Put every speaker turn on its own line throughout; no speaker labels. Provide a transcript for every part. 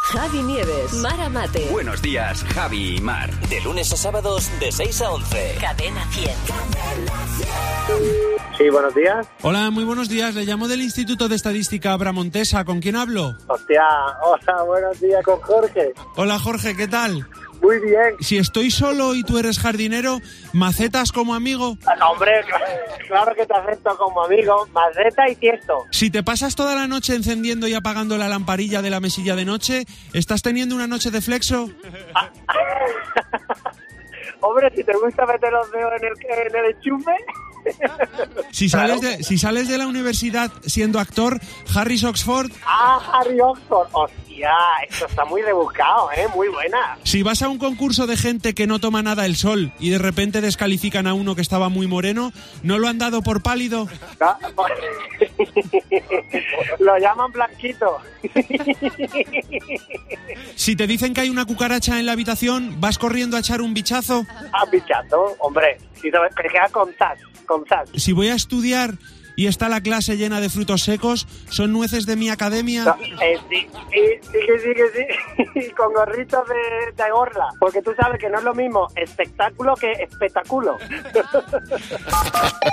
Javi Nieves, Mara Mate,
Buenos días, Javi y Mar.
De lunes a sábados de 6 a 11.
Cadena 100.
Sí, buenos días.
Hola, muy buenos días. Le llamo del Instituto de Estadística Abramontesa. ¿Con quién hablo?
Hostia, hola, buenos días con Jorge.
Hola, Jorge, ¿qué tal?
Muy bien.
Si estoy solo y tú eres jardinero, ¿macetas como amigo?
Ah, Hombre, claro que te acepto como amigo. Maceta y tiesto.
Si te pasas toda la noche encendiendo y apagando la lamparilla de la mesilla de noche, ¿estás teniendo una noche de flexo?
Hombre, si te gusta meter los dedos en el, en el enchufe.
Si sales, de, si sales de la universidad siendo actor, Harris Oxford,
Ah, Harry Oxford. Hostia, esto está muy rebuscado, ¿eh? Muy buena.
si vas a un concurso de gente que no toma nada el sol y de repente descalifican a uno que estaba muy moreno, ¿no lo han dado por pálido?
Ah, pues- Lo llaman Blanquito.
Si te dicen que hay una cucaracha en la habitación, ¿vas corriendo a echar un bichazo?
Ah, pichazo. Hombre, si te te queda con sas, con sas.
Si voy a estudiar y está la clase llena de frutos secos, ¿son nueces de mi academia?
Eh, sí, sí, sí, que sí, que sí. Con gorritos de, de gorla. Porque tú sabes que no es lo mismo espectáculo que espectáculo.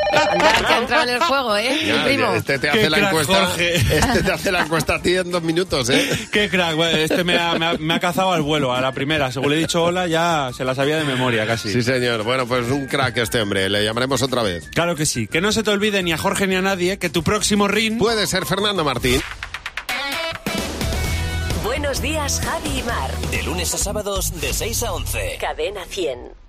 Andar, que ha entrado en el juego, ¿eh?
Ya,
Mi primo.
Este te
Qué
hace la
crack,
encuesta.
Jorge.
Este te hace la encuesta a ti en dos minutos, ¿eh?
Qué crack, güey, este me ha, me ha- me ha cazado al vuelo, a la primera. Según le he dicho hola, ya se la sabía de memoria casi.
Sí, señor. Bueno, pues un crack este hombre. Le llamaremos otra vez.
Claro que sí. Que no se te olvide ni a Jorge ni a nadie que tu próximo ring...
Puede ser Fernando Martín.
Buenos días, Javi y Mar.
De lunes a sábados de 6 a 11.
Cadena 100.